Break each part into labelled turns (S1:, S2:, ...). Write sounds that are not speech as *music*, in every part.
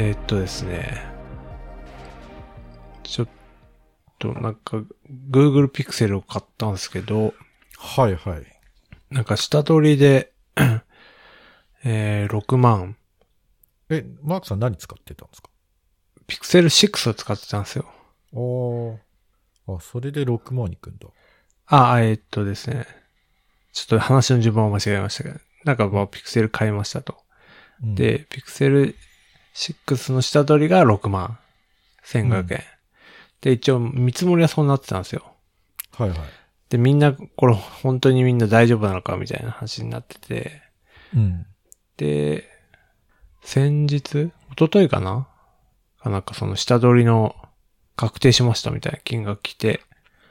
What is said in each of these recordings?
S1: えーっとですね。ちょっと、なんか、Google Pixel を買ったんですけど、
S2: はいはい。
S1: なんか下取りで、 *clears throat* えー、6万。
S2: え、マークさん何使ってたんですか
S1: ピクセル6を使ってたんですよ。
S2: ああ。あ、それで6万に行くんだ。
S1: あ、あえーっとですね。ちょっと話の順番を間違えましたけど、なんかまあ、ピクセル買いましたと。
S2: うん、
S1: で、ピクセル6の下取りが6万1500円。
S2: うん
S1: で、一応見積もりはそうなってたんですよ。
S2: はいはい。
S1: で、みんな、これ本当にみんな大丈夫なのかみたいな話になってて。
S2: うん。
S1: で、先日、一昨日かなかなんかその下取りの確定しましたみたいな金額来て、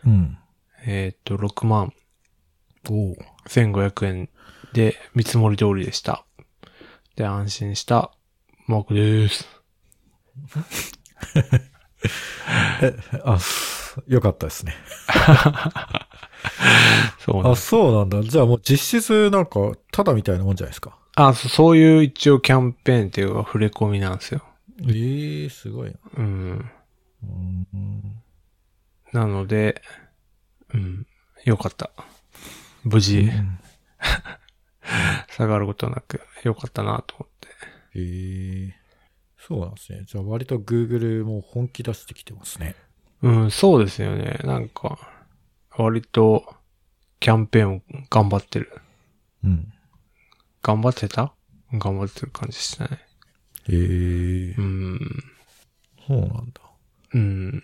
S2: うん。
S1: えーっと、6万
S2: おー
S1: 1500円で見積もり通りでした。で、安心したマークです。
S2: あ、よかったですね。
S1: そうなん
S2: あ、
S1: です。
S2: そうなんだ。じゃあもう実質なんか、ただみたいなもんじゃないですか。
S1: あ、そうそういう一応キャンペーンっていうか触れ込みなんですよ。
S2: ええー、すごいな。
S1: うん。
S2: うんうん
S1: なので、うん、よかった。無事、下がることなく、よかったなと思って。
S2: ええそうなんですね。じゃあ割と Google も本気出してきてますね。
S1: うん、そうですよね。なんか、割と、キャンペーンを頑張ってる。
S2: うん。
S1: 頑張ってた頑張ってる感じしたね。
S2: ええ
S1: うん。
S2: そうなんだ。
S1: うん。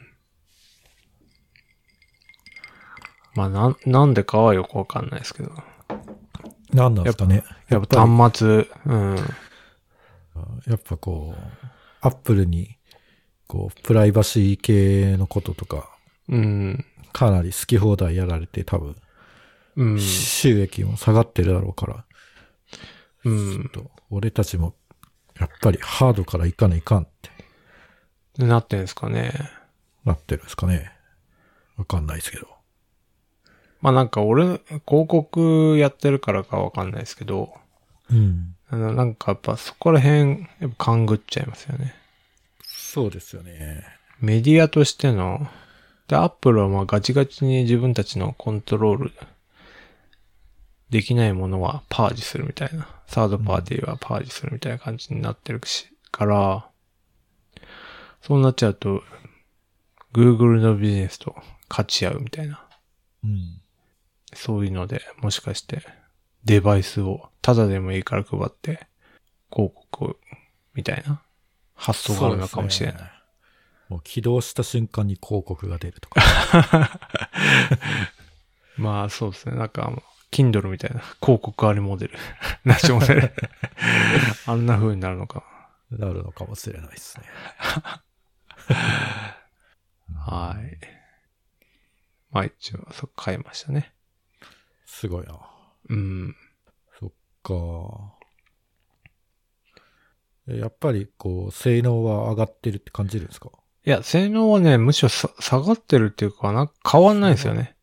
S1: まあ、なん、なんでかはよくわかんないですけど。
S2: なんなんですかね。
S1: や
S2: や
S1: っ
S2: っ
S1: ぱ
S2: ぱり、
S1: 端末、うん。
S2: やっぱこう、Apple に、こう、プライバシー系のこととか、
S1: うん。
S2: かなり好き放題やられて多分、
S1: うん。
S2: 収益も下がってるだろうから、
S1: うん。
S2: ちょっと、俺たちも、やっぱりハードからいかないかんって
S1: なってんですかね。
S2: なってるんですかね。わかんないですけど。
S1: まあなんか俺、広告やってるからかわかんないですけど、
S2: うん。
S1: あのなんかやっぱそこら辺、やっぱ勘ぐっちゃいますよね。
S2: そうですよね。
S1: メディアとしての、で、アップルはまあガチガチに自分たちのコントロールできないものはパージするみたいな、サードパーティーはパージするみたいな感じになってるし、から、そうなっちゃうと、Google のビジネスと勝ち合うみたいな。
S2: うん。
S1: そういうので、もしかして、デバイスを、ただでもいいから配って、広告を、みたいな、発想があるのかもしれない。
S2: そうですねもう起動した瞬間に広告が出るとか。
S1: まあ、そうですね。なんか、あの Kindle みたいな、 *laughs* 広告ありモデル。 *laughs* なしモデル。 *laughs* あんな風になるのか。
S2: なるのかもしれないですね。
S1: はい。まあ、一応、そっか変えましたね。
S2: すごいな。
S1: うん。
S2: そっか。えやっぱり、こう、性能は上がってるって感じるんですか
S1: いや、性能はね、むしろさ下がってるっていうか、なんか変わんないんですよね。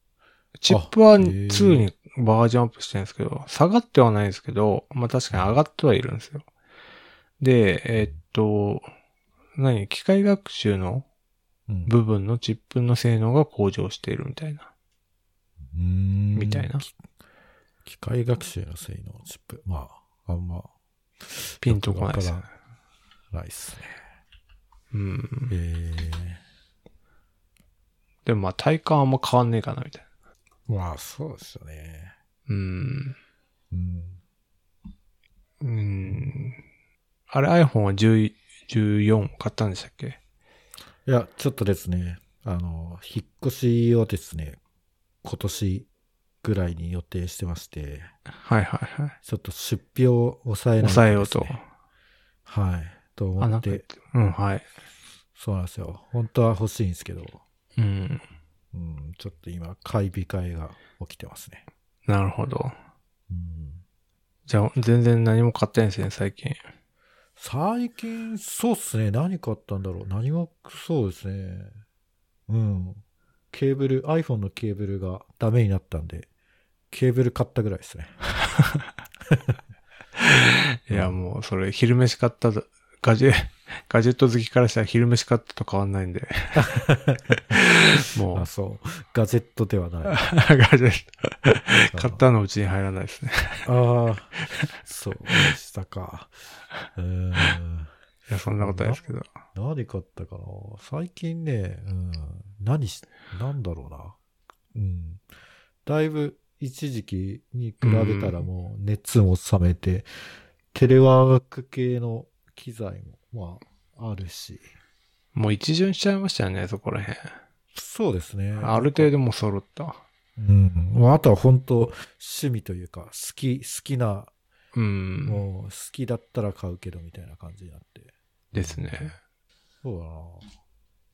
S1: チップは
S2: あへー
S1: 2にバージョンアップしてるんですけど、下がってはないんですけど、まあ確かに上がってはいるんですよ。で、えーっと、何機械学習の
S2: うん
S1: 部分のチップの性能が向上しているみたいな。み
S2: み
S1: たいな
S2: 機械学習の性能チップ。まあ、あんま
S1: ピンとこないですよね。
S2: ないっすね。
S1: うん。
S2: え
S1: でもまあ体感あんま変わんねえかな、みたいな。
S2: ー、まあ、そうですよね。
S1: うん。
S2: うん。
S1: うん。あれ iPhone は10 14買ったんでしたっけ
S2: いや、ちょっとですね、あの、引っ越しをですね、今年ぐらいに予定してまして、
S1: はいはいはい。
S2: ちょっと出費を抑えない
S1: 抑えようと
S2: です。ねはい。と
S1: あ、
S2: 思
S1: なん
S2: っ、
S1: か言ってて、うん、はい。
S2: そうなんですよ。本当は欲しいんですけど、
S1: うん。
S2: うん、ちょっと今、買い控えが起きてますね。
S1: なるほど。
S2: うん
S1: じゃあ、全然何も買ってないんですね、最近。
S2: 最近、そうっすね。何買ったんだろう。何も、そうですね。うん。ケーブル、iPhone のケーブルがダメになったんで、ケーブル買ったぐらいで
S1: *laughs*
S2: すね。
S1: いや、もう、それ、昼飯買った、ガジェ、 *laughs* ガジェット好きからしたら昼飯買ったと変わんないんで。 *laughs* もう
S2: あ、、そう。ガジェットではない。
S1: ガジェット。 *laughs* 買ったのうちに入らない *laughs* ですね。
S2: ああ、そうでしたか。うーん。
S1: いや、そんなことないですけど。
S2: 何買ったかな最近ね、うん。何し、なんだろうな。うん。だいぶ一時期に比べたらもう熱も冷めて、テレワーク系の機材も、まあ、あるし。
S1: もう一巡しちゃいましたよね、そこら辺。
S2: そうですね。
S1: ある程度もう揃った。
S2: うん。まあ、あとは本当趣味というか、好き、好きな、
S1: うん。
S2: もう好きだったら買うけどみたいな感じになって。
S1: ですね。
S2: そうだな。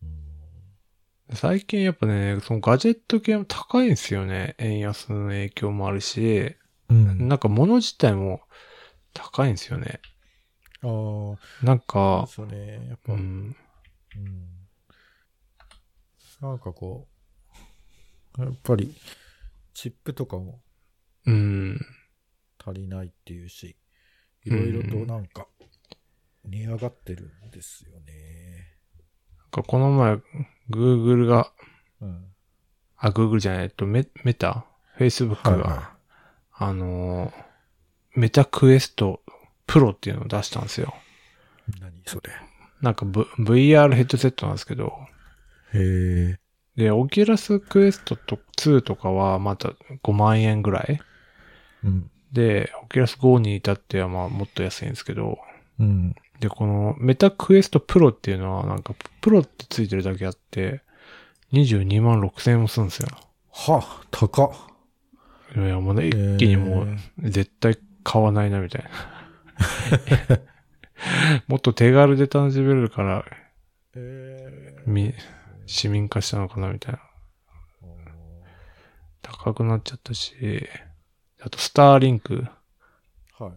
S2: うん。
S1: 最近やっぱね、そのガジェット系も高いんですよね。円安の影響もあるし、
S2: うん、
S1: なんか物自体も高いんですよね。
S2: あ
S1: なん
S2: あ、
S1: か、
S2: そうね。やっぱ、
S1: う
S2: うん。
S1: ん。
S2: なんかこう、やっぱり、チップとかも
S1: うん。
S2: 足りないっていうし、い
S1: うん
S2: ろいろとなんか、値上がってるんですよね。
S1: なんかこの前、Google が、
S2: うん。
S1: あ、Google じゃない、えっと、メメタ ?Facebook が、あのー、メタクエストプロっていうのを出したんですよ。
S2: い。何それ。
S1: なんか、v、VR ヘッドセットなんですけど、
S2: へえ。
S1: で、オキュラスクエストと2とかはまた5万円ぐらい
S2: うん。
S1: で、オキュラス5に至ってはまあもっと安いんですけど、
S2: うん。
S1: で、このメタクエストプロっていうのはなんかプロってついてるだけあって、22万6千円もするんですよ。
S2: は、高っ。
S1: いや、もうね、一気にもう
S2: へ
S1: 絶対買わないなみたい
S2: *laughs*
S1: な。もっと手軽で楽しめるから、
S2: え
S1: み、市民化したのかなみたいな。高くなっちゃったし、あとスターリンク。
S2: はい。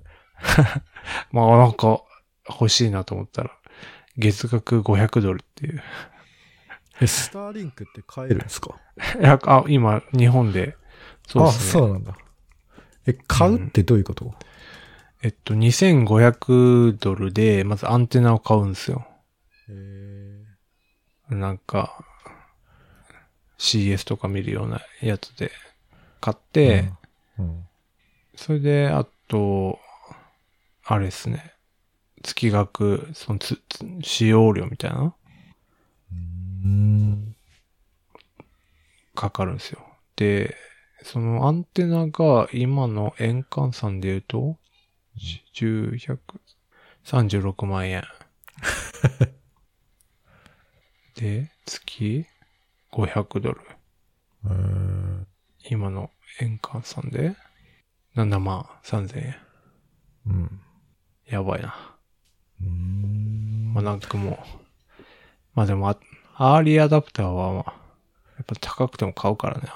S1: まあなんか欲しいなと思ったら、月額500ドルっていう。 *laughs*
S2: スターリンクって買えるんですか
S1: いや、あ、今、日本で。そう
S2: あ、
S1: ですね。
S2: そうなんだ。え、買うってどういうこと、
S1: えっと、2500ドルで、まずアンテナを買うんですよ。
S2: へ
S1: なんか、CS とか見るようなやつで買って、
S2: え。うん。
S1: それで、あと、あれですね。月額、そのつ、つ使用料みたいなの
S2: うん。
S1: かかるんですよ。で、そのアンテナが今の円換算で言うと、10、100、36万円。 *laughs* で、月500ドル。
S2: うん。
S1: 今の円換算で7万3000円。
S2: うん。
S1: やばいな。
S2: うん
S1: まあ、なんかもう。まあでもあ、アーリーアダプターは、まあ、やっぱ高くても買うからね。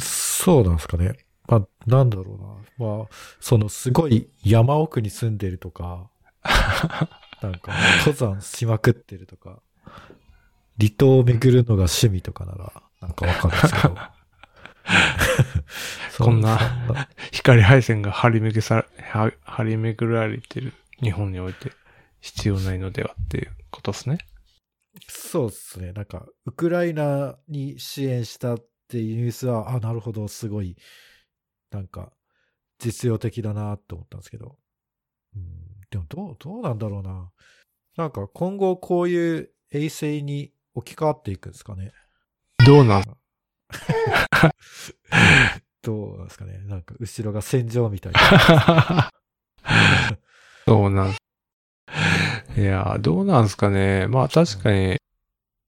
S2: そうなんですかね。まあ、なんだろうな。まあ、そのすごい山奥に住んでるとか、なんか登山しまくってるとか、離島を巡るのが趣味とかなら、なんかわかるんですけどそ。
S1: こんな
S2: そんな
S1: 光配線が張り巡さ、は張り巡られてる日本において必要ないのではっていうことですね。
S2: そうですね。なんか、ウクライナに支援したっていうニュースは、あ、なるほど、すごい、なんか、実用的だなと思ったんですけど。うん、でも、どう、どうなんだろうな。なんか、今後こういう衛星に置き換わっていくんですかね。
S1: どうなん
S2: どうなんですかね。なんか、後ろが戦場みたい
S1: *laughs* どうなんいやー、どうなんすかね。まあ確かに、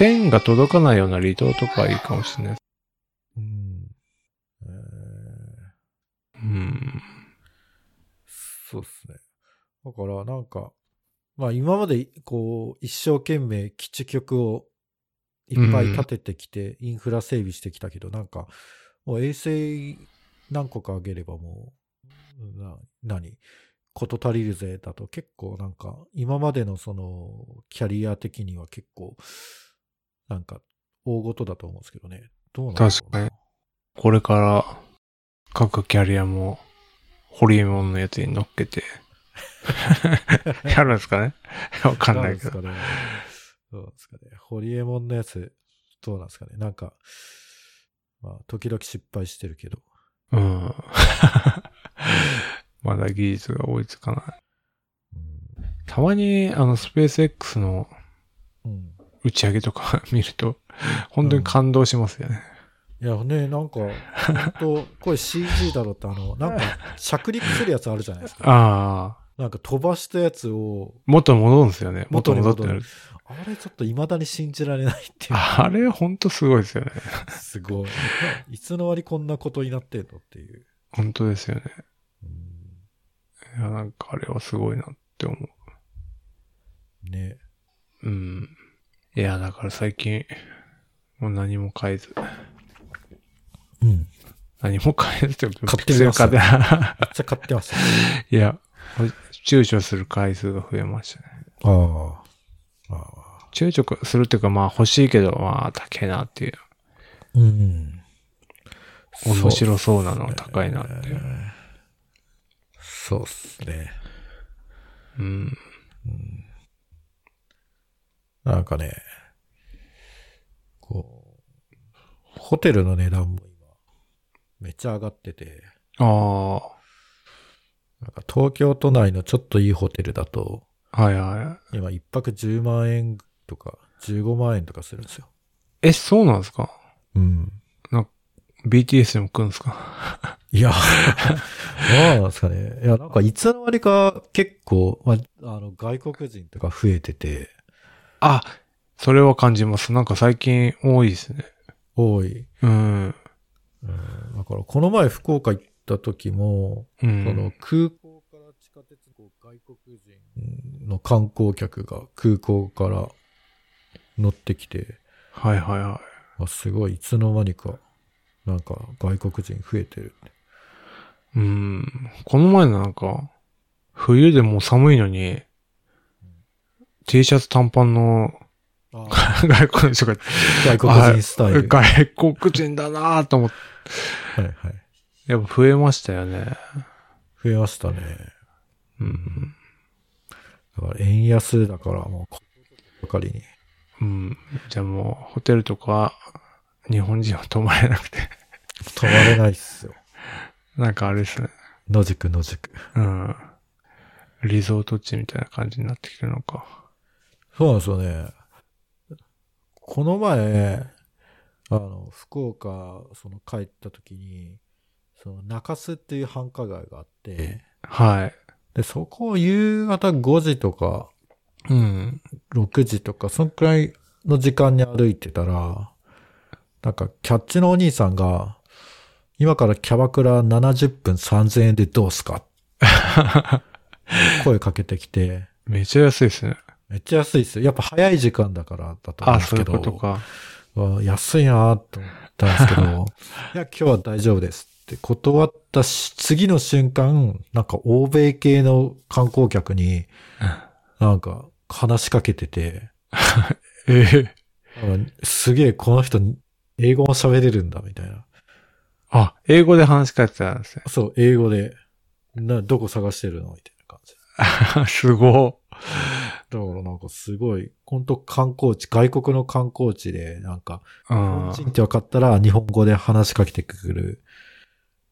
S1: 線が届かないような離島とかいいかもしれないです。
S2: な。 *laughs* うん。えー
S1: うん。
S2: そうっすね。だから、なんか、まあ今まで、こう、一生懸命基地局をいっぱい立ててきて、インフラ整備してきたけど、なんか、もう衛星何個か上げればもう、な、何こと足りるぜ、だと結構なんか、今までのその、キャリア的には結構、なんか、大事だと思うんですけどね。どうなんだろうな
S1: 確かにこ *laughs* れから、各キャリアも、ホリエモンのやつに乗っけて、やるんですかねわかんないけ
S2: ど
S1: ど。
S2: うなんですかね。どうなんですかね。ホリエモンのやつ、どうなんですかね。なんか、まあ、時々失敗してるけど。
S1: うん。 *laughs* まだ技術が追いつかない。
S2: うん
S1: たまに、あの、スペース X の
S2: うん。
S1: 打ち上げとか見ると、本当に感動しますよね。
S2: いやね、なんか、
S1: *laughs*
S2: 本当これ CG だろって、あの、なんか、着陸するやつあるじゃないですか。
S1: ああ、
S2: なんか飛ばしたやつを、
S1: 元に戻るんですよね。元に戻って
S2: 元に
S1: る
S2: 戻。あれちょっと未だに信じられないって
S1: *laughs*
S2: いう。
S1: あれ、本当すごいですよね。
S2: すごい。いつの間にこんなことになってんのっていう。
S1: 本当ですよね。
S2: うん
S1: いや、なんかあれはすごいなって思
S2: ね。
S1: う。うん。いや、だから最近、もう何も変えず、
S2: うん。めっ
S1: 何も変えずって
S2: 買ってみました
S1: ピクセル化
S2: ちゃ買ってました。
S1: で *laughs* いや、躊躇する回数が増えましたね。
S2: ああ。ああ。
S1: 躊躇するっていうか、まあ欲しいけど、まあ高いなっていう。
S2: うん。
S1: 面白そうなの高いなっていう。
S2: そうっすね。
S1: うん。
S2: なんかね、こう、ホテルの値段も今、めっちゃ上がってて、
S1: あ
S2: なんか東京都内のちょっといいホテルだと、
S1: あ、はいは
S2: 今一泊10万円とか、15万円とかするんですよ。
S1: い。え、そうなんですか
S2: うん。
S1: ?BTS でも来るんですか
S2: いや、どうなんですかね。いや、なんかいつの間にか結構、まあ、あの、外国人とか増えてて、
S1: あ、それは感じます。なんか最近多いですね。
S2: 多い。
S1: うん。
S2: うん、だから、この前福岡行った時も、
S1: う
S2: その
S1: ん。
S2: 空港から地下鉄こう外国人の観光客が空港から乗ってきて、
S1: はいはいは
S2: あすごいいつの間にか、なんか外国人増えてる。
S1: い。うん。この前のなんか、冬でもう寒いのに、T シャツ短パンの外国人とか、
S2: 外国人スタイル。は
S1: 外国人だなぁと思って、
S2: いはい。
S1: やっぱ増えましたよね。
S2: 増えましたね。
S1: うん。
S2: だから円安だからもう、こばかりに。
S1: うん。じゃあもう、ホテルとか、日本人は泊まれなくて、 *laughs*
S2: 止まれないっすよ。
S1: なんかあれですね。
S2: 野宿野宿。
S1: うん。リゾート地みたいな感じになってきてるのか。
S2: そうなんですよね。この前、あの、福岡、その帰った時に、その中洲っていう繁華街があって、
S1: はい。
S2: で、そこを夕方5時とか
S1: うん。
S2: 6時とか、そんくらいの時間に歩いてたら、なんかキャッチのお兄さんが、今からキャバクラ70分3000円でどうすか
S1: *laughs*
S2: 声かけてきて、
S1: めっちゃ安いですね。
S2: めっちゃ安いっすよ。やっぱ早い時間だからだと思うん
S1: あ、
S2: です
S1: そう
S2: け
S1: いう
S2: ど。
S1: ことか。
S2: わあ安いなと思ったんですけ *laughs* ど、いや、今日は大丈夫ですって断ったし、次の瞬間、なんか欧米系の観光客に、なんか話しかけてて、
S1: ええ
S2: なんかすげえこの人、英語も喋れるんだ、みたいな。
S1: あ、英語で話しかけてたんです
S2: *laughs*
S1: ね。
S2: そう、英語で、な、どこ探してるのみたいな感じ。
S1: すご
S2: だからなんかすごい、本当観光地、外国の観光地で、なんか、
S1: い。う
S2: 日本
S1: ん。
S2: 人って分かったら日本語で話しかけてくる、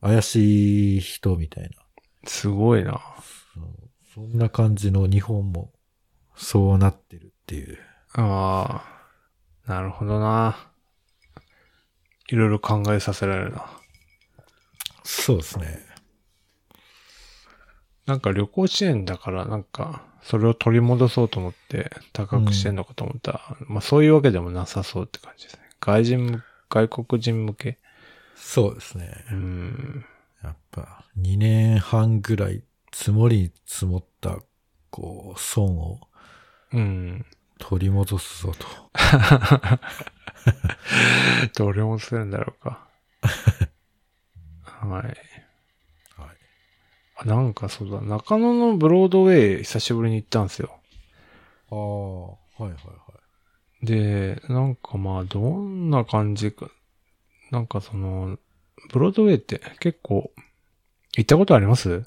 S2: 怪しい人みたいな。
S1: すごいな。
S2: うんそんな感じの日本もそうなってるっていう。
S1: ああ。なるほどな。いろいろ考えさせられるな。
S2: そうですね。
S1: なんか旅行支援だから、なんか、それを取り戻そうと思って高くしてんのかと思ったら、まあそういうわけでもなさそうって感じですね。外人む、外国人向け。
S2: そうですね。
S1: うん。
S2: やっぱ2年半ぐらい積もりに積もった、こう、損を
S1: うん。
S2: 取り戻すぞと。
S1: どれもするんだろう *laughs* か。はい。
S2: はい。
S1: あなんかそうだ、中野のブロードウェイ久しぶりに行ったんですよ。
S2: ああ、はいはいはい。
S1: で、なんかまあ、どんな感じか。なんかその、ブロードウェイって結構、行ったことあります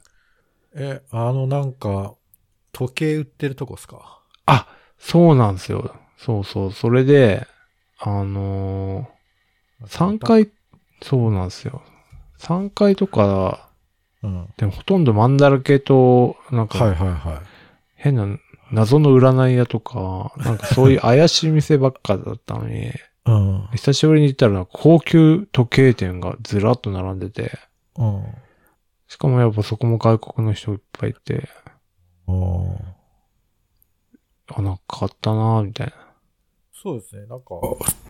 S2: え、あのなんか、時計売ってるとこっすか
S1: あ、そうなんですよ。そうそう。それで、あのー、3。回、そうなんですよ。3回とか、
S2: うん。はい
S1: でもほとんどマンダラ系と、なん
S2: は
S1: か
S2: いは
S1: 変な謎の占い屋とか、なんかそういう怪しい店ばっかだったのに、
S2: い。うん。
S1: 久しぶりに行ったら高級時計店がずらっと並んでて、
S2: うん。
S1: しかもやっぱそこも外国の人いっぱいいて、
S2: ああ。
S1: あ、なんか買ったなぁ、みたいな。
S2: そうですね。なんか、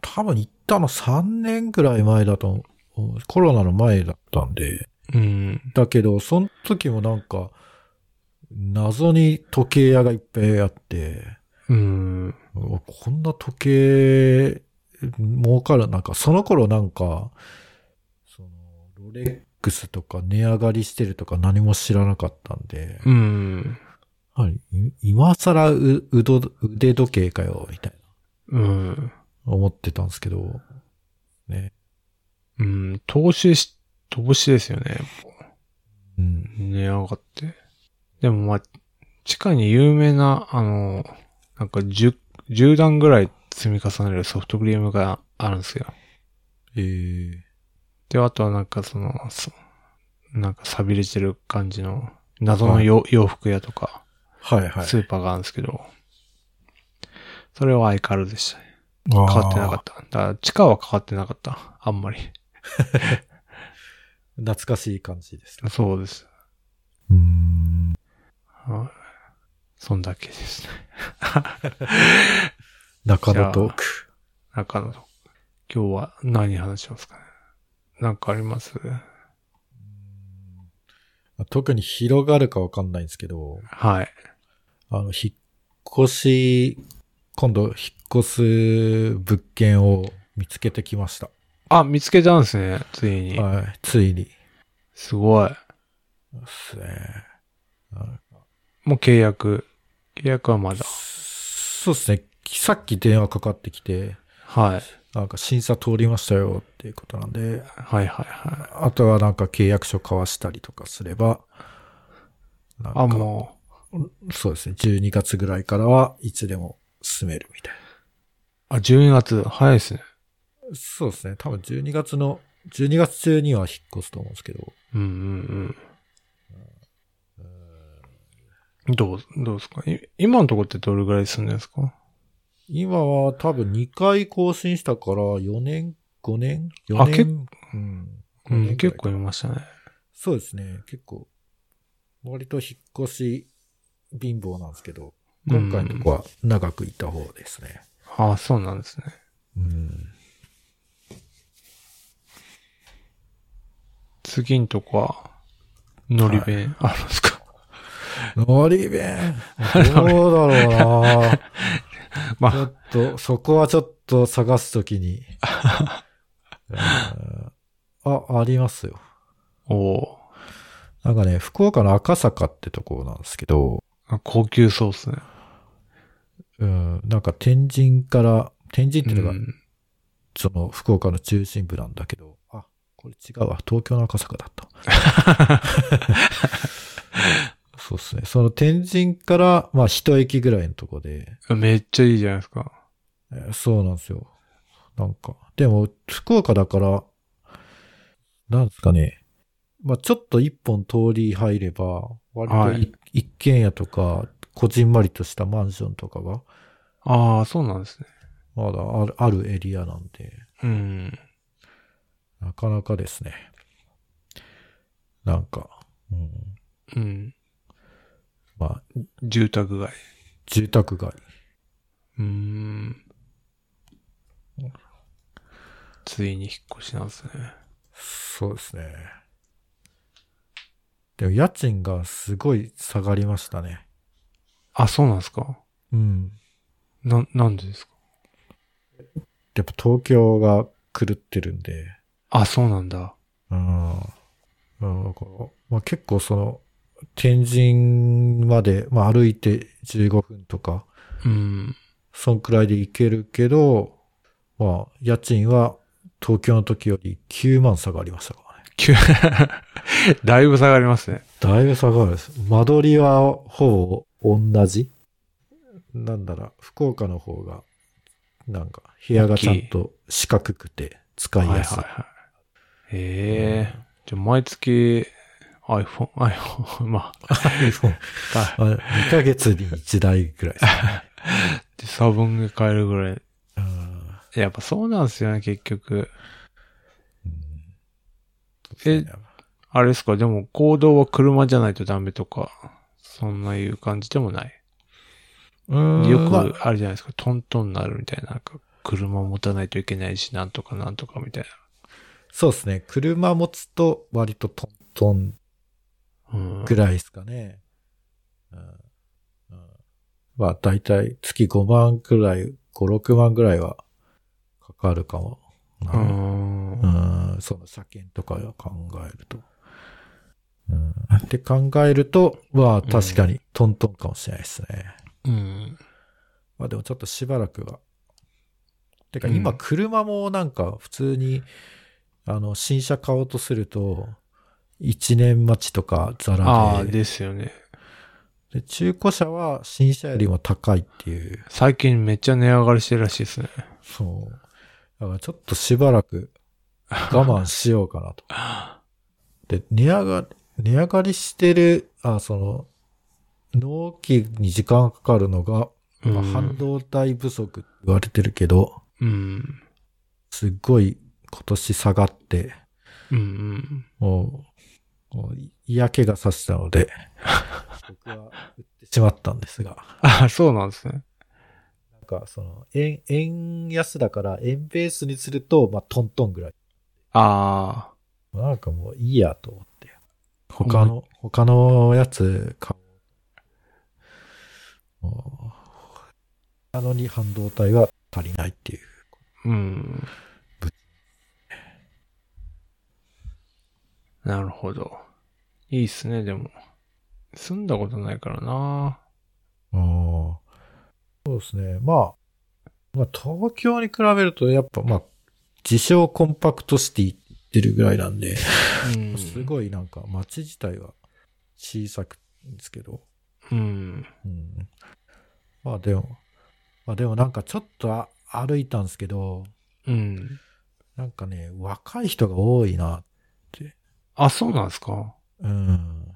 S2: 多分行ったの3年くらい前だと思う、コロナの前だったんで。
S1: うん。
S2: だけど、その時もなんか、謎に時計屋がいっぱいあって、
S1: うん。
S2: うわこんな時計、儲かる、なんか、その頃なんか、その、ロレックスとか値上がりしてるとか何も知らなかったんで、
S1: うん。
S2: はい、い今更ううど腕時計かよ、みたいな。
S1: うん。
S2: 思ってたんですけど、ね。
S1: うん。投資し、投資ですよね。
S2: うん。
S1: 値上がって。でもまあ、地下に有名な、あの、なんか10、10段ぐらい積み重ねるソフトクリームがあるんですよ。
S2: ええ
S1: で、あとはなんかその、そなんか錆びれてる感じの、謎のよ洋服屋とか、
S2: はいはい。
S1: スーパーがあるんですけど、それは相変わらずでしたね。
S2: 変
S1: 変わってなかった。だから地下は変わってなかった。あんまり。
S2: 懐かしい感じですね。
S1: そうです。
S2: うん。
S1: はい。そんだけですね。
S2: 中野トーク。
S1: 中野と。今日は何話しますかね。なんかあります
S2: 特に広がるかわかんないんですけど、
S1: はい。
S2: あの、引っ越し、今度引っ越す物件を見つけてきました。
S1: あ、見つけたんですね。ついに。
S2: はい、ついに。
S1: すごい。
S2: ですね。あ
S1: もう契約。契約はまだ。
S2: そうですね。さっき電話かかってきて、
S1: はい。
S2: なんか審査通りましたよっていうことなんで、
S1: はいはいはい。
S2: あとはなんか契約書交わしたりとかすれば、なんか
S1: あ、も。
S2: そうですね。12月ぐらいからはいつでも住めるみたいう
S1: あ、12月。早いですね。
S2: な。そうですね。多分12月の、12月中には引っ越すと思うんですけど、
S1: うんうんうん。どう、どうですかい今のとこってどれぐらい住んでるんですか
S2: 今は多分2回更新したから4年、5年 ?4 年
S1: あ結
S2: うん。5
S1: う
S2: 年ぐら
S1: ん、
S2: い
S1: 結構いましたね。
S2: そうですね。結構、割と引っ越し貧乏なんですけど、今回のとこは長くいた方ですね。
S1: ああ、そうなんですね。
S2: うん。
S1: 次のとこは、のり弁あるんですか、
S2: のり弁どうだろうな
S1: *laughs* ま
S2: ちょ
S1: あ、
S2: っと、そこはちょっと探すと
S1: *laughs*
S2: きに。うんあ、ありますよ。
S1: おお
S2: なんかね、福岡の赤坂ってとこなんですけど、
S1: ー高級そうっすね。
S2: うん、なんか天神から、天神っていうの
S1: う
S2: が、
S1: ん
S2: その福岡の中心部なんだけど、あ、これ違うわ、東京の赤坂だった。
S1: *laughs*
S2: そうですね。その天神から、まあ一駅ぐらいのとこで、
S1: めっちゃいいじゃないですか。
S2: えーそうなんですよ。なんか、でも、福岡だから、なんですかね。まあ、ちょっと一本通り入れば、割とい、
S1: はい
S2: 一軒家とか、こじんまりとしたマンションとかが、
S1: ああ、そうなんですね。
S2: まだあるあるエリアなんで、
S1: うん。
S2: なかなかですね。なんか、うん、
S1: うん。
S2: まあ、
S1: 住宅街。
S2: 住宅街。
S1: うーん。ついに引っ越しなんですね。
S2: そうですね。でも、家賃がすごい下がりましたね。
S1: あ、そうなんですか
S2: うん。
S1: な、なんでですか
S2: やっぱ東京が狂ってるんで、
S1: あ、そうなんだ。
S2: うん。うんだからまあ、結構その、天神まで、まあ、歩いて15分とか、
S1: うん。
S2: そんくらいで行けるけど、まあ、家賃は東京の時より9万下がりましたからね。
S1: 急 *laughs* だいぶ下がりますね。
S2: だいぶ下がるです。間取りはほぼ同じなんだら、福岡の方が、なんか、部屋がちゃんと四角くて使
S1: はい
S2: い
S1: はい
S2: やすい。
S1: はい。へえ。じゃあ毎月 iPhone、iPhone、ま
S2: iPhone
S1: あ、はい
S2: あ2ヶ月に1台ぐらいですね、
S1: 時差分が変えるぐらい。
S2: うん
S1: やっぱそうなんですよね、結局。
S2: うん
S1: えあれですか、でも行動は車じゃないとダメとか、そんないう感じでもない。
S2: うん
S1: よ
S2: まあ
S1: くあれじゃないですか、トントンなるみたいな、なんか車持たないといけないし、なんとかなんとかみたい
S2: そうですね。車持つと割とトントン
S1: な。うん。
S2: ぐらいですかね。うんうん、まあ大体月5万ぐらい、5、6万ぐらいはかかるかも。
S1: う。
S2: うんん、その車検とかを考えると。うん、って考えると、まあ確かにトントンかもしれないですね。
S1: うん。
S2: まあでもちょっとしばらくは。てか
S1: うん
S2: 今車もなんか普通に、あの新車買おうとすると、1年待ちとかザ
S1: あ
S2: ラ
S1: あ、
S2: で。
S1: ですよね。
S2: で中古車は新車よりも高いっていう。
S1: 最近めっちゃ値上がりしてるらしいですね。
S2: そう。だからちょっとしばらく我慢しようかなと。
S1: *laughs*
S2: で、値上がり、値上がりしてる、あ、その、納期に時間がかかるのが、まあ
S1: うん
S2: 半導体不足って言われてるけど、
S1: うん。
S2: すっごい今年下がって、
S1: うんうん。
S2: もう、もう嫌気がさしたので、僕は売ってしまったんですが。
S1: あ、そうなんですね。
S2: なんか、その、円、円安だから、円ベースにすると、まあ、トントンぐらい。
S1: あ
S2: なんかもういいやと思って。他の、他のやつ買おう。もうなのに半導体が足りないっていう。
S1: あ、うん。なるほど。いいっすね、でも。住んだことないからな。
S2: そうですね。まあ、まあ、東京に比べると、やっぱ、まあ、自称コンパクトシティって言ってるぐらいなんで、
S1: うん。
S2: すごいなんか街自体は小さくんですけど、
S1: うん。
S2: うん。まあでも、まあでもなんかちょっとあ歩いたんですけど、
S1: うん。
S2: なんかね、若い人が多いな。
S1: あ、そうなんですか
S2: うん。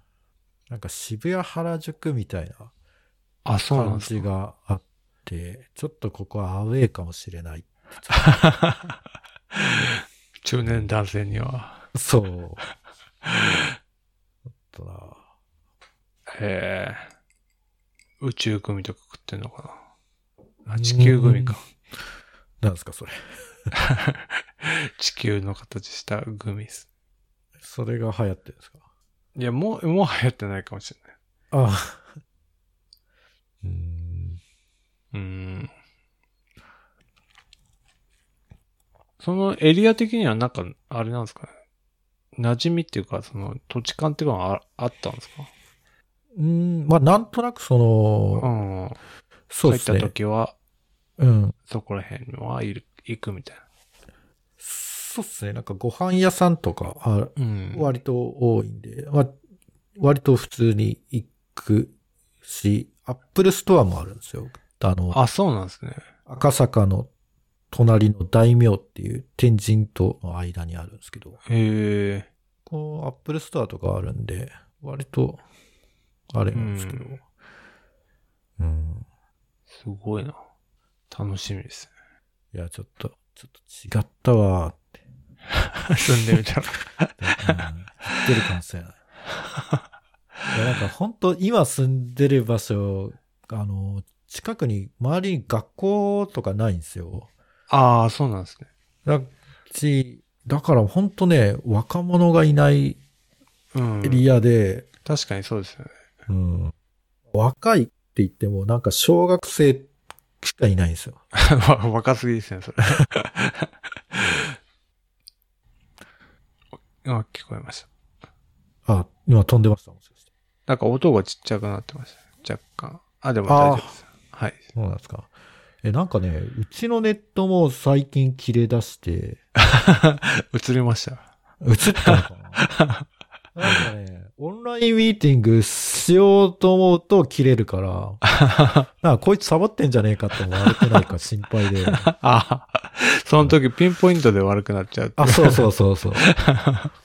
S2: なんか渋谷原宿みたいな
S1: あ、そうなん
S2: 感
S1: です
S2: じ
S1: か。
S2: があって、ちょっとここはアウェーかもしれない。
S1: 中年男性には。
S2: そう。ちょっとな。
S1: へえ。宇宙組とか食ってんのかな。あ、地球組か。
S2: なんですか、それ。
S1: 地球の形したグミです。
S2: それが流行ってるんですか
S1: いや、もう、もう流行ってないかもしれない。
S2: ああ。うん。
S1: うーん。そのエリア的にはなんか、あれなんですかね。馴染みっていうか、その土地感っていうのはああったんですか
S2: うん、まあなんとなくその、
S1: ん。
S2: そうです
S1: 入った
S2: ね。
S1: 時は、
S2: うん。
S1: そこら辺はいる、行くみたい
S2: そうですね。なんかご飯屋さんとか、あ
S1: な。うん。
S2: 割と多いんで、まあ、割と普通に行くし、アップルストアもあるんですよ。あの、
S1: あ、そうなんですね。
S2: 赤坂の隣の大名っていう天神との間にあるんですけど、
S1: へえ。
S2: こうアップルストアとかあるんで、割と、あれなんですけど。うん。
S1: すごいな。楽しみです
S2: いや、ちょっと、ちょっと違ったわーって。 *laughs*
S1: ね。住んでみたら。
S2: うん知ってるかもし *laughs* れない。いやなんか本当今住んでる場所、あの、近くに周りに学校とかないんですよ。
S1: *laughs* ああ、そうなんですね。
S2: だし、だから本当ね、若者がいない
S1: うん。
S2: エリアで、
S1: 確かにそうですよね。
S2: うん若いって言ってもなんか小学生しかいないんですよ。
S1: わ *laughs* 若すぎです
S2: *laughs*
S1: ね、それ。あ、聞こえました。
S2: あ、今飛んでました。もしかして
S1: なんか音がちっちゃくなってました。若干。あ、でも大丈
S2: あー
S1: 夫です。
S2: *laughs*
S1: はい。
S2: そうなんですか。え、なんかね、うちのネットも最近切れ出して、
S1: 映りました。
S2: 映ったのかな
S1: *laughs*
S2: なんかね、オンラインミーティングしようと思うと切れるから、
S1: *laughs*
S2: なんかこいつサボってんじゃねえかって思われてないか心配で。
S1: あその時ピンポイントで悪くなっちゃう。
S2: あ、そうそうそうそう。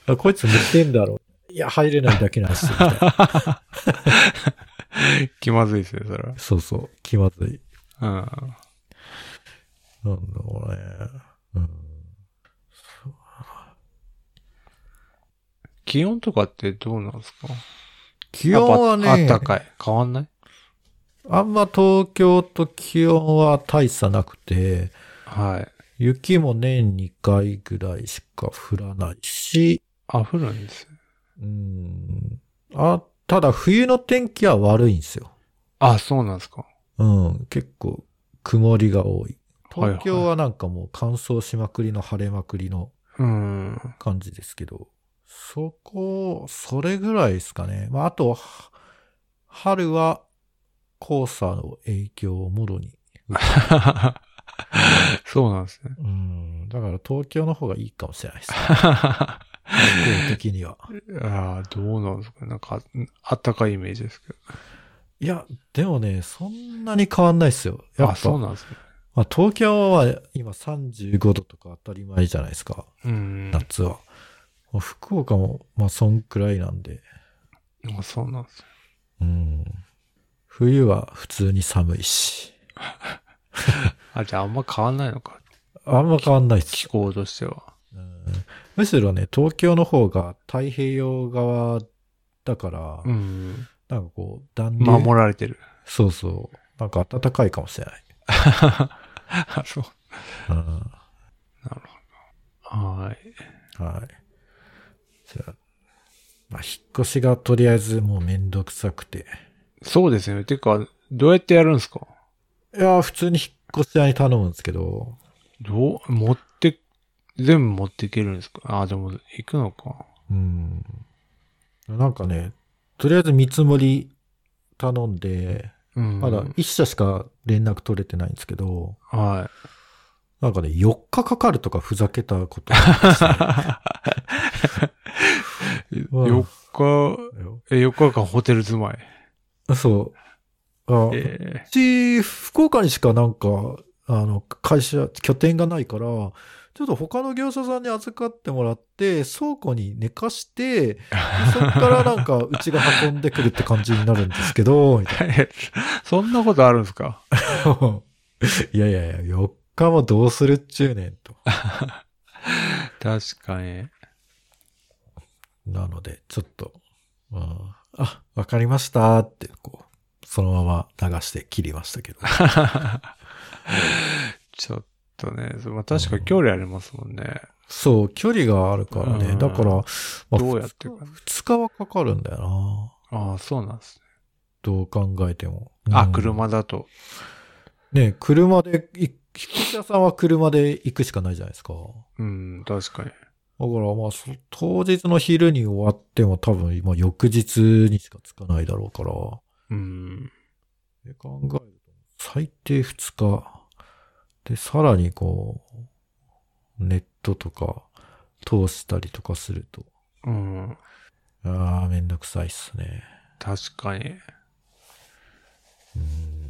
S2: あこいつ寝てんだろ。いや、入れないだけなんですよ。み
S1: *laughs*
S2: たいな
S1: 気まずいですね、それは。
S2: そうそう、気まずい。
S1: うん。
S2: なんだろうね。うん
S1: 気温とかってどうなんですか
S2: 気温はね、
S1: やっぱあったかい。変わんない
S2: あんま東京と気温は大差なくて、
S1: はい。
S2: 雪も年2回ぐらいしか降らないし、
S1: あ、降るんですよ。
S2: うん。あ、ただ冬の天気は悪いんですよ。
S1: あ、そうなんですか。
S2: うん。結構曇りが多い。
S1: はいはい
S2: 東京はなんかもう乾燥しまくりの晴れまくりの
S1: うん。
S2: 感じですけど、そこ、それぐらいですかね。まあ、あと、は春は黄砂の影響をもろに。
S1: そうなんですね。
S2: うん。だから東京の方がいいかもしれないです。
S1: *laughs* あ
S2: 天候的には。
S1: あ、どうなんですか。なんか、あったかいイメージですけ
S2: いや、でもね、そんなに変わんないですよ。
S1: ど。
S2: やっぱ
S1: あ、そうなんですね。
S2: まあ、東京は今35度とか当たり前じゃないですか。
S1: うん。
S2: 夏は。まあ福岡も、まあ、そんくらいなんで。
S1: あそうなんですね。
S2: うん。冬は普通に寒いし。
S1: あ、じゃああんま変わんないのか。
S2: あんま変わんないっ
S1: 気
S2: す。
S1: 候としては。
S2: うんむしろね、東京の方が太平洋側だから、
S1: うん。
S2: なんかこう、暖流。
S1: 守られ
S2: *laughs*
S1: てる。
S2: そうそう。なんか暖かいかもしれない。
S1: あ、そう。
S2: うん
S1: はい。
S2: はい。じゃあ、まあ、引っ越しがとりあえずもうめんどくさくて。
S1: そうですね。てか、どうやってやるんですか
S2: いやー、普通に引っ越し屋に頼むんですけど、
S1: どう、持って、全部持っていけるんですかあ、でも、行くのか。
S2: うん。なんかね、とりあえず見積もり頼んで、
S1: うん。
S2: まだ1社しか連絡取れてないんですけど、
S1: は。
S2: なんかね、4日かかるとかふざけたことない *laughs* うわ
S1: 4日、
S2: んですよ
S1: え、4日間ホテル住まい。
S2: そう。あ
S1: え
S2: うち、福岡にしかなんか、あの、会社、拠点がないから、ちょっと他の業者さんに預かってもらって、倉庫に寝かして、 *laughs* そっからなんか、うちが運んでくるって感じになるんですけど、みたい
S1: *laughs* えそんなことあるんですか
S2: な。いやいやいや、4日もどうするっちゅうねんと。
S1: 確かに。
S2: なので、ちょっと、うんあ、わかりましたって、こう、そのまま流して切りましたけど。
S1: ちょっとね、まあ、確か距離ありますもんね。
S2: そう、距離があるから
S1: う
S2: ね。
S1: ん
S2: だから、まあ、
S1: どうやってか
S2: 2日はかかるんだよな。
S1: ああ、そうなんです
S2: どう考えても。
S1: ね。あ、
S2: うん
S1: 車だと。
S2: ね車でい、引っ越し屋さんは車で行くしかないじゃないですか。だか
S1: うん、確かに。
S2: らまあ、そ当日の昼に終わっても多分今翌日にしか着かないだろうから。
S1: うん。
S2: で考えると、最低2日。で、さらにこう、ネットとか通したりとかすると、
S1: うん。
S2: ああ、めんどくさいっすね。
S1: 確かに。
S2: うん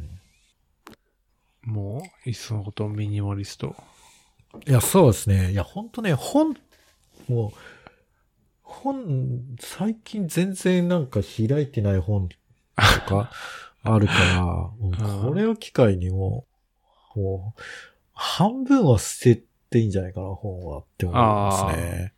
S1: もう、いっそのことミニマリスト。
S2: いや、そうですね。いや、ほんとね、本、もう、本、最近全然なんか開いてない本とかあるから、もうこれを機会にもう、もう、半分は捨てていいんじゃないかな、本はって思いますね。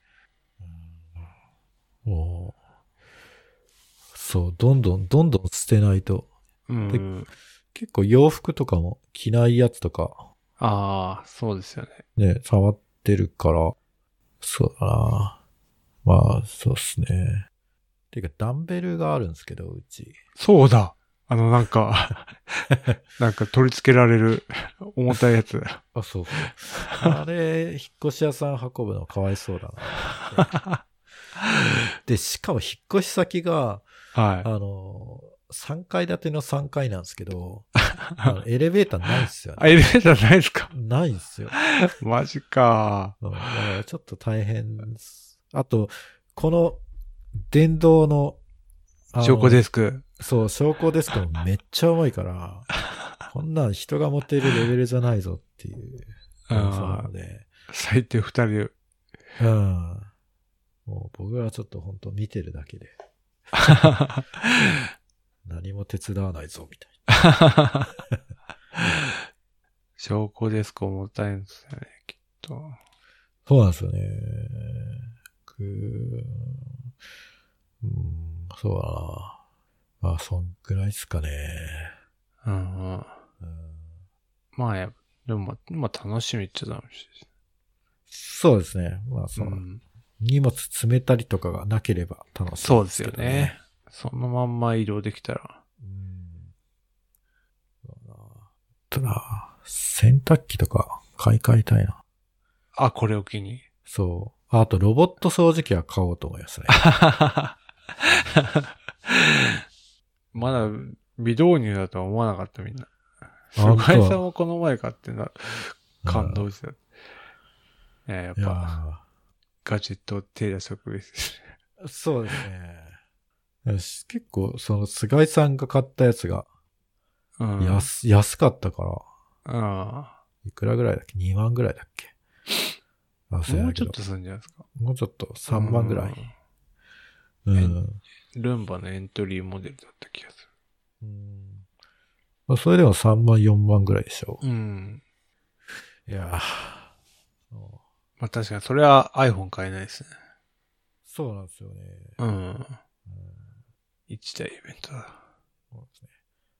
S2: うんもう、そう、どんどん、どんどん捨てないと。
S1: うん。
S2: 結構洋服とかも着ないやつとか
S1: ああ、そうですよね。
S2: ね、触ってるから、そうだな。まあ、そうっすね。ていうか、ダンベルがあるんですけど、うち。
S1: そうだあの、なん *laughs* か、なんか取り付けられる重たいやつ。
S2: あ、そうそう。 *laughs* あれ、引っ越し屋さん運ぶのかわいそうだなと思って。で、しかも引っ越し先が、
S1: は
S2: あの、3階建ての3階なんですけど、あのエレベーターないんですよ
S1: い。あ、
S2: ね。
S1: エレベーターないですか
S2: ないんですよ。
S1: マジか。
S2: うんだからちょっと大変です。あと、この電動の、あの
S1: 証拠デスク。
S2: そう、証拠ですけど、めっちゃ重
S1: *laughs*
S2: いから、こんなん人が持てるレベルじゃないぞっていう。そうな
S1: *laughs* あ
S2: の
S1: あ
S2: で。
S1: 最低二人。
S2: うん。もう僕はちょっと本当見てる
S1: *laughs*
S2: だけで、何も手伝わないぞ、みたい
S1: 証拠デスク重たいんですよね、きっと。
S2: な。そうなんですよね。くうん、そうだな。まあ、そんくらいですかね。
S1: うんうん。
S2: うん
S1: まあや、でもまあ、まあ楽しみっちゃ楽しいです。
S2: そうですね。まあ、その、
S1: ん
S2: 荷物詰めたりとかがなければ楽しい、
S1: そうですよね。。そのまんま移動できたら。
S2: うん。そうだなただ、洗濯機とか買い替えたいな。
S1: あ、これを機に。 *laughs*
S2: そう。ああと、ロボット掃除機は買おうと思い *laughs* ますね。
S1: まだ微導入だとは思わなかったみんな。
S2: あ
S1: 菅井さん
S2: 本
S1: もこの前買ってな、
S2: 当
S1: 感動した。えやっ
S2: いや
S1: ぱガジェットを手出しとくべきです。
S2: ーそうですね。よし結構、その、菅井さんが買ったやつが、
S1: うん。
S2: 安、安かったから、
S1: あ
S2: いくらぐらいだっけ ?2 万ぐらいだっけ
S1: あ。
S2: 忘れ
S1: も
S2: た
S1: うち
S2: け
S1: ょっ
S2: ど。
S1: とするんじゃないですか。
S2: もうちょっと、3万ぐらい。う
S1: うん
S2: ん。
S1: ルンバのエントリーモデルだった気がす
S2: うんまあそれでも3万、4万ぐらいでしょ。
S1: る。うん。
S2: いやーそう
S1: まあ確かにそれは iPhone 買えないですね。
S2: そうなんですよね。
S1: うん。
S2: うん
S1: 一大イベントだ。
S2: そうですね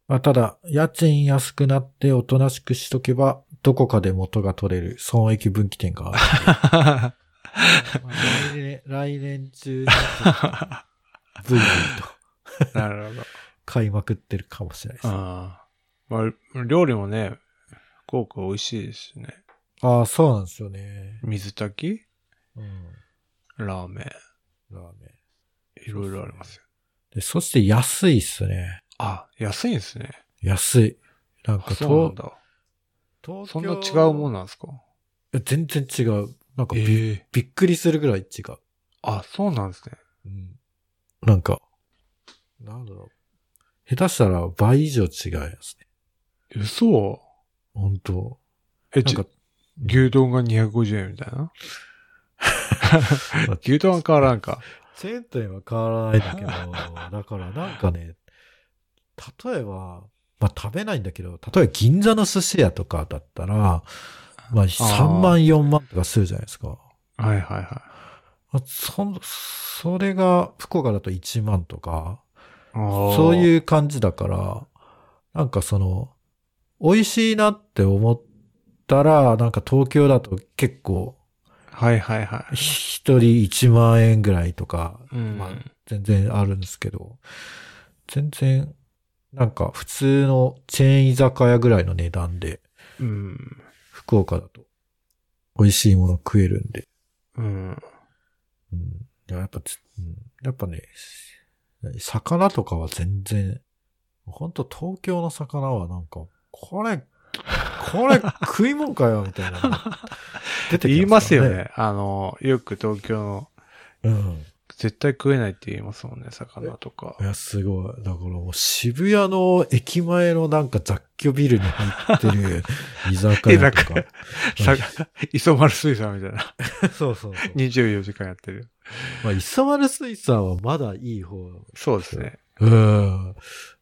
S2: まあ、ただ、家賃安くなっておとなしくしとけば、どこかで元が取れる損益分岐点がある。 *laughs* まあ来年、来年中に、ブイブイ
S1: *laughs*
S2: と
S1: なるほど。
S2: 買いまくってるかもしれないです。あ
S1: ああ。まあ、料理もね、福岡美味しいですね。
S2: *laughs* あー、そうなんですよね。
S1: 水炊き
S2: うん。
S1: ラーメン。
S2: ラーメン。
S1: いろいろありますよ。
S2: で、そして安いっすね。
S1: あ、安いんですね。
S2: 安い。なん
S1: あ
S2: か、
S1: そうなん
S2: と
S1: だ。
S2: 東京
S1: そんな違うもんなんですか
S2: え全然違う。なんかび、
S1: ええ
S2: びっくりするぐらい違う。
S1: あ、そうなんですね。
S2: うん。なんか、なんだろう。下手したら倍以上違いますね。
S1: 嘘
S2: 本当
S1: え、
S2: なん
S1: ち
S2: か、
S1: 牛丼が250円みたいな牛丼は変わらんか。
S2: チェーン店は変わらないん
S1: *laughs*
S2: だけど、だからなんかね、例えば、まあ食べないんだけど、例えば銀座の寿司屋とかだったら、まあ3万4万とかするじゃないですか。
S1: はいはいはい。
S2: まあそん、それが福岡だと1万とか、そう
S1: う。
S2: いう感じだから、なんかその、美味しいなって思ったら、なんか東京だと結構、
S1: はいはいは
S2: ひ一人1万円ぐらいとか、
S1: い。うん。
S2: まあ全然あるんですけど、全然、なんか普通のチェーン居酒屋ぐらいの値段で、
S1: うん。
S2: 福岡だと、美味しいもの食えるんで、
S1: うん。
S2: うん。でもやっぱつ、うん、やっぱね、魚とかは全然、ほんと東京の魚はなんか、これ、これ食いもんかよ、みたいな。出てき
S1: 言います
S2: から *laughs*
S1: よ。ね。あの、よく東京の
S2: うん。
S1: 絶対食えないって言いますもんね、魚とか
S2: い。や、すごい。だからもう渋谷の駅前のなんか雑居ビルに入って *laughs* る居酒屋とか。
S1: *laughs* さ磯丸水産みたいな。 *laughs*
S2: そうそうそう。
S1: 24時間やってる。
S2: まあ、磯丸水産はまだいい方。
S1: そうですね。
S2: うん。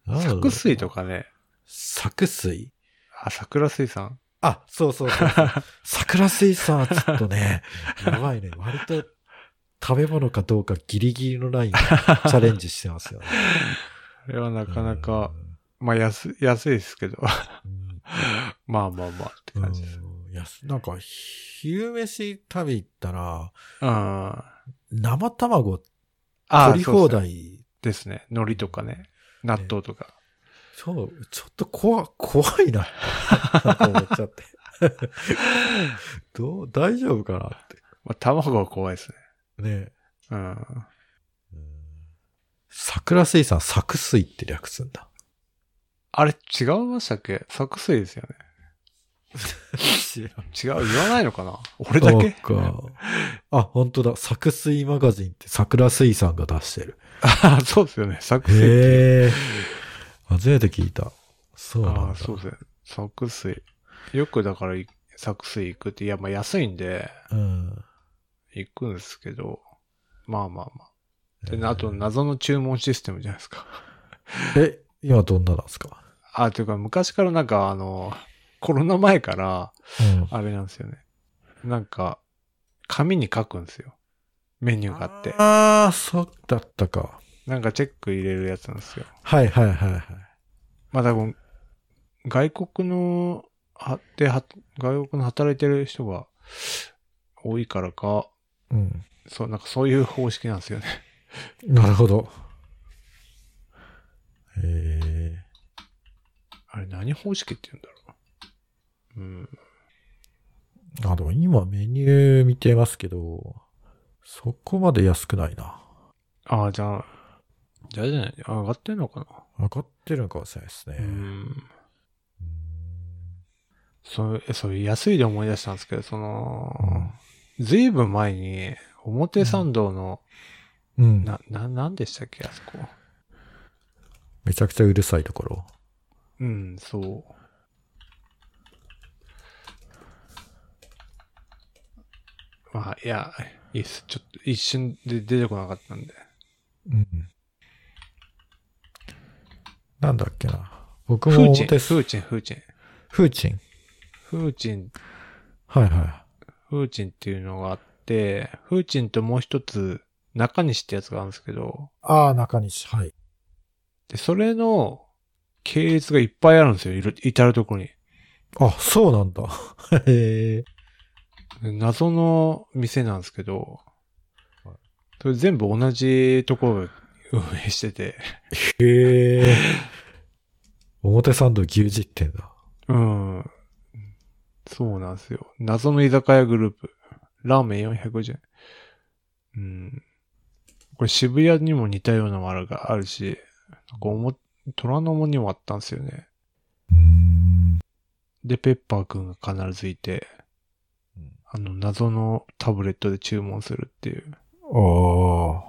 S2: なんだろう
S1: 作水と。かね。
S2: 作水
S1: あ、桜水産。
S2: あ、そうそうそ
S1: *laughs*
S2: うそう。桜水産はちょっとね、やばいね。割と食べ物かどうかギリギリのラインでチャレンジしてますよね。
S1: あれは *laughs* なかなか、まあ安、安いですけど。 *laughs*
S2: うん。
S1: まあまあまあって
S2: うん。
S1: 感じです。
S2: うんいやなんか、昼飯食べ行ったら、
S1: うん。あ
S2: 生卵
S1: あ、
S2: 取り放
S1: そう
S2: 題。
S1: ですね。海苔とかね。納豆とか。
S2: そう、ちょっと怖、怖いな。 *laughs* なんか思っちゃ
S1: *laughs*
S2: って。どう、大丈夫かなって。
S1: まあ、卵は怖いですね。
S2: ねえ
S1: うん。
S2: 桜水産、作
S1: *laughs*
S2: 水って略すんだ。
S1: あれ違いましたっけ作水ですよね。違う、言わないのかな俺だけ
S2: そうか。 *laughs* あ、本当だ。作水マガジンって桜水産が出してる。
S1: *laughs* ああ、そうですよね。作成って。
S2: へえ。初めて聞いた。そうなん
S1: あ
S2: だ。
S1: あ、そうですね。作水。よくだから、作水行くって、いや、まあ安いんで、
S2: うん。
S1: 行くんですけど、まあまあまあ。で、あと、謎の注文システムじゃないですか。
S2: え、今どんななんですか
S1: あ、というか、昔からなんか、あの、コロナ前から、
S2: うん。
S1: あれなんですよね。なんか、紙に書くんですよ。メニューがあって。
S2: ああ、そうだったか。
S1: なんかチェック入れるやつなんですよ。
S2: はいはいはいはい。
S1: まあ多分、外国の、は、で、は、外国の働いてる人が多いからか、
S2: うん。
S1: そう、なんかそういう方式なんですよね。 *laughs*
S2: なるほど。へえ。
S1: あれ何方式って言うんだろう。
S2: あ、でも今メニュー見てますけど、そこまで安くないな。
S1: うん。ああ、じゃあ、じゃあじゃない。あ上がってんのかな。
S2: 上がってるのかもしれないですね。
S1: うん。
S2: うん
S1: そう、えそう、安いで思い出したんですけど、その、ずいぶん前に、表参道の、
S2: うん。
S1: な、な、なんでしたっけ、あそこ。
S2: めちゃくちゃうるさいところ。
S1: うん、そう。まあ、いや、いいっす。ちょっと一瞬で出てこなかったんで。
S2: うん。なんだっけな。僕
S1: フ
S2: も
S1: ーチン、フ
S2: 表
S1: ーチン、フーチン。
S2: フーチン。
S1: フーチン、
S2: はいは
S1: フーチンっていうのがあって、フーチンともう一つ、中西ってやつがあるんですけど、
S2: い。ああ、中西。はい。
S1: で、それの系列がいっぱいあるんですよ。いる至るところに。
S2: あ、そうなんだ。 *laughs* へえ。
S1: で謎の店なんですけど
S2: はい、
S1: それ全部同じところを運営してて、
S2: へえ。表参道牛耳ってんだ。
S1: うん。そうなんですよ。謎の居酒屋グループ。ラーメン450円。うん。これ渋谷にも似たようなものがあるし、なんかおも、虎ノ門にもあったんですよね。
S2: うん。
S1: で、ペッパーくんが必ずいて、あの、謎のタブレットで注文するっていう。
S2: あ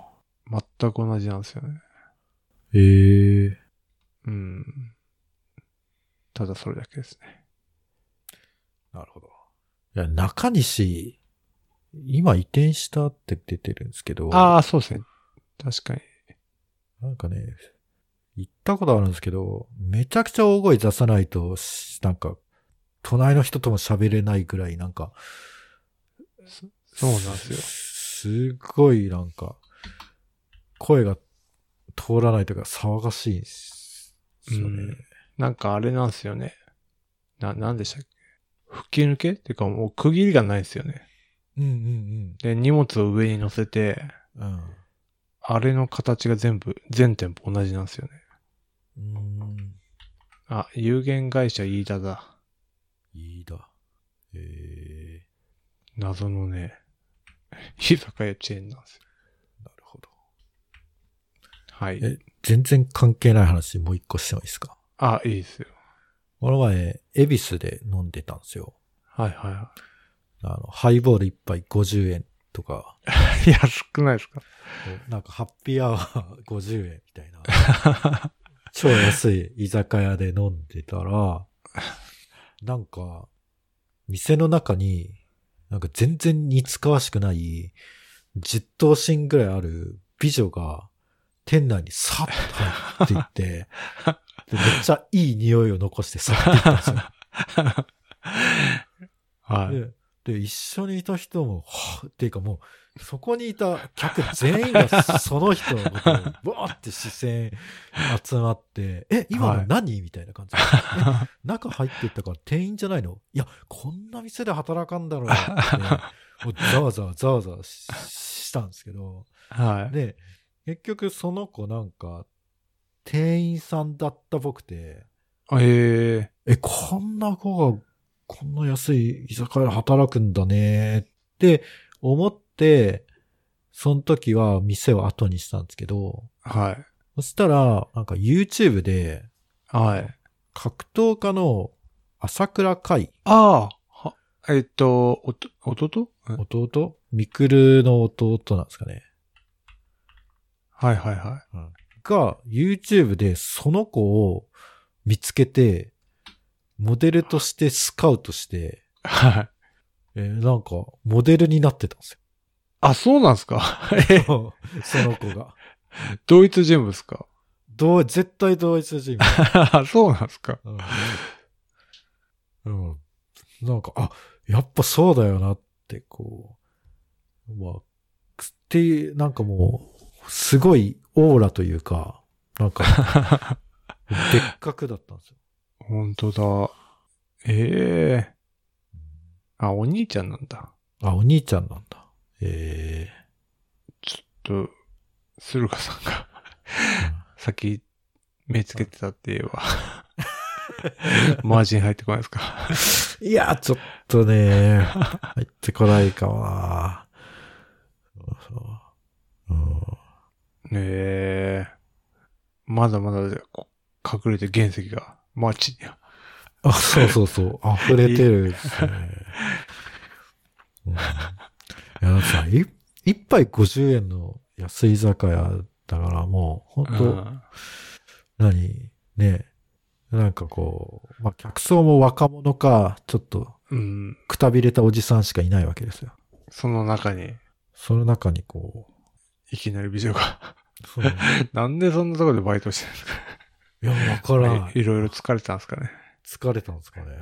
S2: あ。
S1: 全く同じなんですよね。
S2: へえ。
S1: うん。ただそれだけですね。
S2: なるほど。いや、中西、今移転したって出てるんですけど。
S1: ああ、そうですね。確かに。
S2: なんかね、行ったことあるんですけど、めちゃくちゃ大声出さないとし、なんか、隣の人とも喋れないぐらい、なんか、
S1: そうなんですよ。
S2: すごい、なんか、声が通らないというか、騒がしいんです
S1: う
S2: よね。
S1: んなんかあれなんですよね。な、なんでしたっけ吹き抜けっていうかもう区切りがないですよね。
S2: うんうん
S1: で、荷物を上に乗せて、
S2: うん。うん。
S1: あれの形が全部、全店舗同じなんですよね。
S2: うーん。
S1: あ、有限会社飯田だ。
S2: いいだ。ええ
S1: 謎のね、 *laughs* 居酒屋チェーンなんですよ。
S2: なるほど。
S1: はい。
S2: え全然関係ない話、もう一個してもいいですか
S1: あ、いいですよ。
S2: この前、恵比寿で飲んでたんですよ。
S1: はいはいは
S2: あの、ハイボール一杯50円とか、
S1: い。 *laughs* 安くないですか
S2: なんかハッピーアワー50円 *laughs* みたいな、超安い居酒屋で飲んでたら、なんか、店の中に、なんか全然似つかわしくない、10頭身ぐらいある美女が、店内にさっと入っていって、でめっちゃいい匂いを残して去っていったんですよ。
S1: はい。
S2: で、で、一緒にいた人も、はぁっていうかもう、そこにいた客全
S1: *laughs*
S2: 員がその人のことを、わーって視線集まって、え、今
S1: は
S2: の
S1: い
S2: 何、みたいな感じで。え中入ってったから店員じゃないのいや、こんな店で働かんだろうって、もうざわざわざわざわししたんですけど、
S1: はい。
S2: で、結局その子なんか、店員さんだった僕で、
S1: え
S2: え、こんな子が、こんな安い居酒屋で働くんだねって思って、その時は店を後にしたんですけど、
S1: ー、はい。
S2: そしたら、なんか YouTube で
S1: はい。
S2: 格闘家の朝倉海、
S1: ああ、はえっと、おと、弟うん
S2: 弟ミクルの弟なんですかね。
S1: はいはいは
S2: が、YouTube でその子を見つけて、モデルとしてスカウトして、
S1: い。はい。
S2: えーなんか、モデルになってたんです
S1: あ、そうなんすかえ、
S2: よ。 *laughs* その子が。
S1: *laughs* 同一人物か。
S2: どう、絶対同一人物。
S1: *laughs* そうなんすか。 *laughs*
S2: うん。うんなんか、あ、やっぱそうだよなって、こう、まあ、くっていう、なんかもう、すごいオーラというか、なんか、でっかくだったんですよ。
S1: 本当だ。ええあ、お兄ちゃんなんだ。
S2: あ、お兄ちゃんなんだ。え
S1: ちょっと、駿河さんが
S2: え
S1: 先、目つけてたって言えば。 *laughs* マージン入ってこないですか。 *laughs*
S2: いや、ちょっとね、入ってこないかもな。そうそううん
S1: ええまだまだこ隠れて原石が、マーチには。
S2: あ、そうそうそう。溢れてるですね。うん、いや、なんかさ、い一杯50円の安い居酒屋だからもう、
S1: う
S2: 本当、
S1: ん
S2: 何ね、なんかこう、まあ、客層も若者か、ちょっと
S1: うん。
S2: くたびれたおじさんしかいないわけですよ。
S1: その中に、
S2: その中にこ
S1: いきなり美女が。*laughs*
S2: う、そうい
S1: なんでそんなとこでバイトしてるんですか
S2: や、わからん。
S1: いいろいろ疲れたんですかね。
S2: 疲れたんですかね。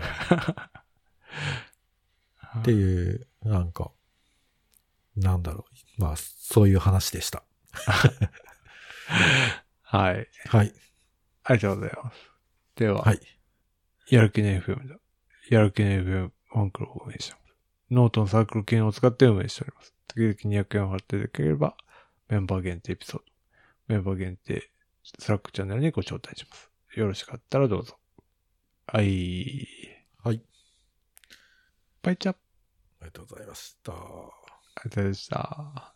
S2: っていう、なんか、なんだろう。まあ、そういう話でした。
S1: はい。
S2: はい。
S1: ありがとうございます。では、
S2: はい。
S1: やる気ね FM だ。やる気ね FM ファンクラブを運営しております。ノートのサークル機能を使って運営しております。月々200円を払っていただければ、メンバー限定エピソード、メンバー限定スラックチャンネルにご招待します。よろしかったらどうぞ。はい。
S2: はい。
S1: バイチャあ
S2: ありがとうございました。
S1: りがとうございました。